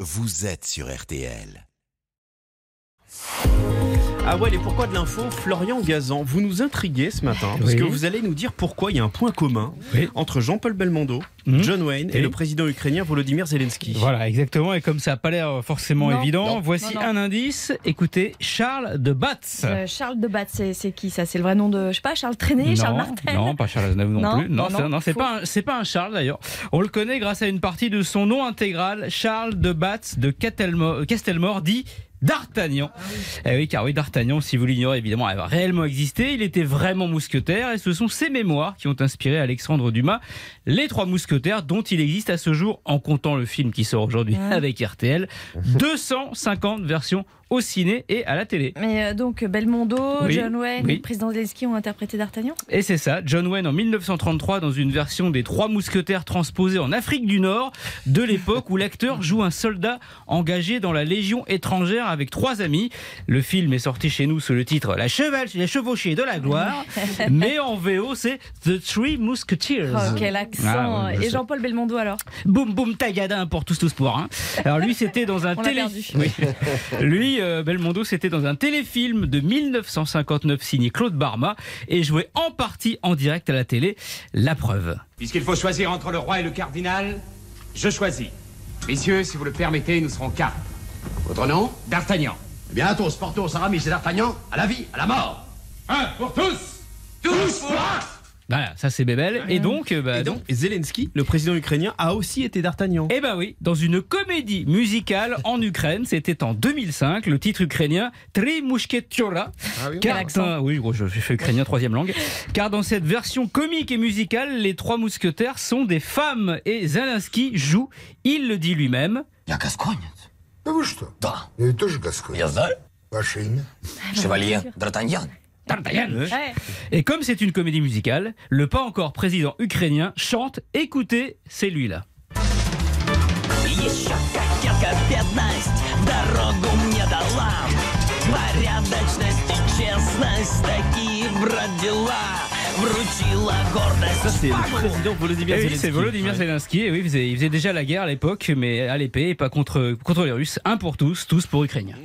vous êtes sur RTL. Ah ouais, les pourquoi de l'info, Florian Gazan, vous nous intriguez ce matin, parce Oui. que vous allez nous dire pourquoi il y a un point commun Oui. entre Jean-Paul Belmondo, Mhm. John Wayne et Et- le président ukrainien Volodymyr Zelensky. Voilà, exactement. Et comme ça n'a pas l'air forcément Non, évident, non, voici non, non. un indice. Écoutez, Charles de Batz. Euh, Charles de Bat, c'est c'est qui ça C'est le vrai nom de, je sais pas, Charles Trenet, Charles Martel non, pas Charles Aznavour non, Non, plus. Non, non, c'est- non, non, c'est faux. pas, un- c'est pas un Charles d'ailleurs. On le connaît grâce à une partie de son nom intégral, Charles de Batz de Catelmo- Castelmore, dit D'Artagnan. Ah Eh oui, car oui, D'Artagnan, si vous l'ignorez évidemment, elle a réellement existé. Il était vraiment mousquetaire et ce sont ses mémoires qui ont inspiré Alexandre Dumas, Les Trois Mousquetaires, dont il existe à ce jour, en comptant le film qui sort aujourd'hui Ouais. avec RTL, 250 versions au ciné et à la télé. Mais euh, donc Belmondo, Oui, John Wayne, oui. le président Zelensky ont interprété D'Artagnan Et c'est ça, John Wayne en 1933 dans une version des Trois Mousquetaires transposée en Afrique du Nord, de l'époque où l'acteur joue un soldat engagé dans la Légion étrangère avec trois amis. Le film est sorti chez nous sous le titre La, Cheval la Chevauchée de la Gloire, mais en VO c'est The Three Musketeers. Oh, quel accent Ah, ouais, je Et sais. Jean-Paul Belmondo alors Boum boum tagada pour tous tous pour un. Alors lui c'était dans un On l'a télé. perdu. Oui. Lui euh, Belmondo c'était dans un téléfilm de 1959 signé Claude Barma et joué en partie en direct à la télé. La preuve. Puisqu'il faut choisir entre le roi et le cardinal, je choisis. Messieurs, si vous le permettez, nous serons quatre. Votre nom D'Artagnan. Eh bien, Athos, Porthos, Aramis et D'Artagnan, à la vie, à la mort Un pour tous Tous pour un Voilà, ça c'est Bébel. Et donc, euh, bah, Et donc, Zelensky, le président ukrainien, a aussi été d'Artagnan. Eh ben oui, dans une comédie musicale en Ukraine, c'était en 2005, le titre ukrainien Три мушкетера. Car dans- Ah oui, gros, je, je fais ukrainien troisième langue. Car dans cette version comique et musicale, les trois mousquetaires sont des femmes et Zelensky joue, il le dit lui-même. Я гасконец. Да Ну вы что? Да. Я ведь тоже Гасконец. знаю. Ваше имя? Chevalier D'Artagnan. D'Artagnan. Ouais. Et comme c'est une comédie musicale, le pas encore président ukrainien chante Écoutez, c'est lui là. Еще кокетка бедность дорогу мне дала Порядочность и честность такие бродила Вручила Ça, гордость c'est le président Volodymyr Eh oui, Zelensky. c'est Volodymyr Ouais. Zelensky. Et oui, il faisait, il faisait déjà la guerre à l'époque, mais à l'épée, et pas contre, contre les Russes. Un pour tous, tous pour Ukrainiens.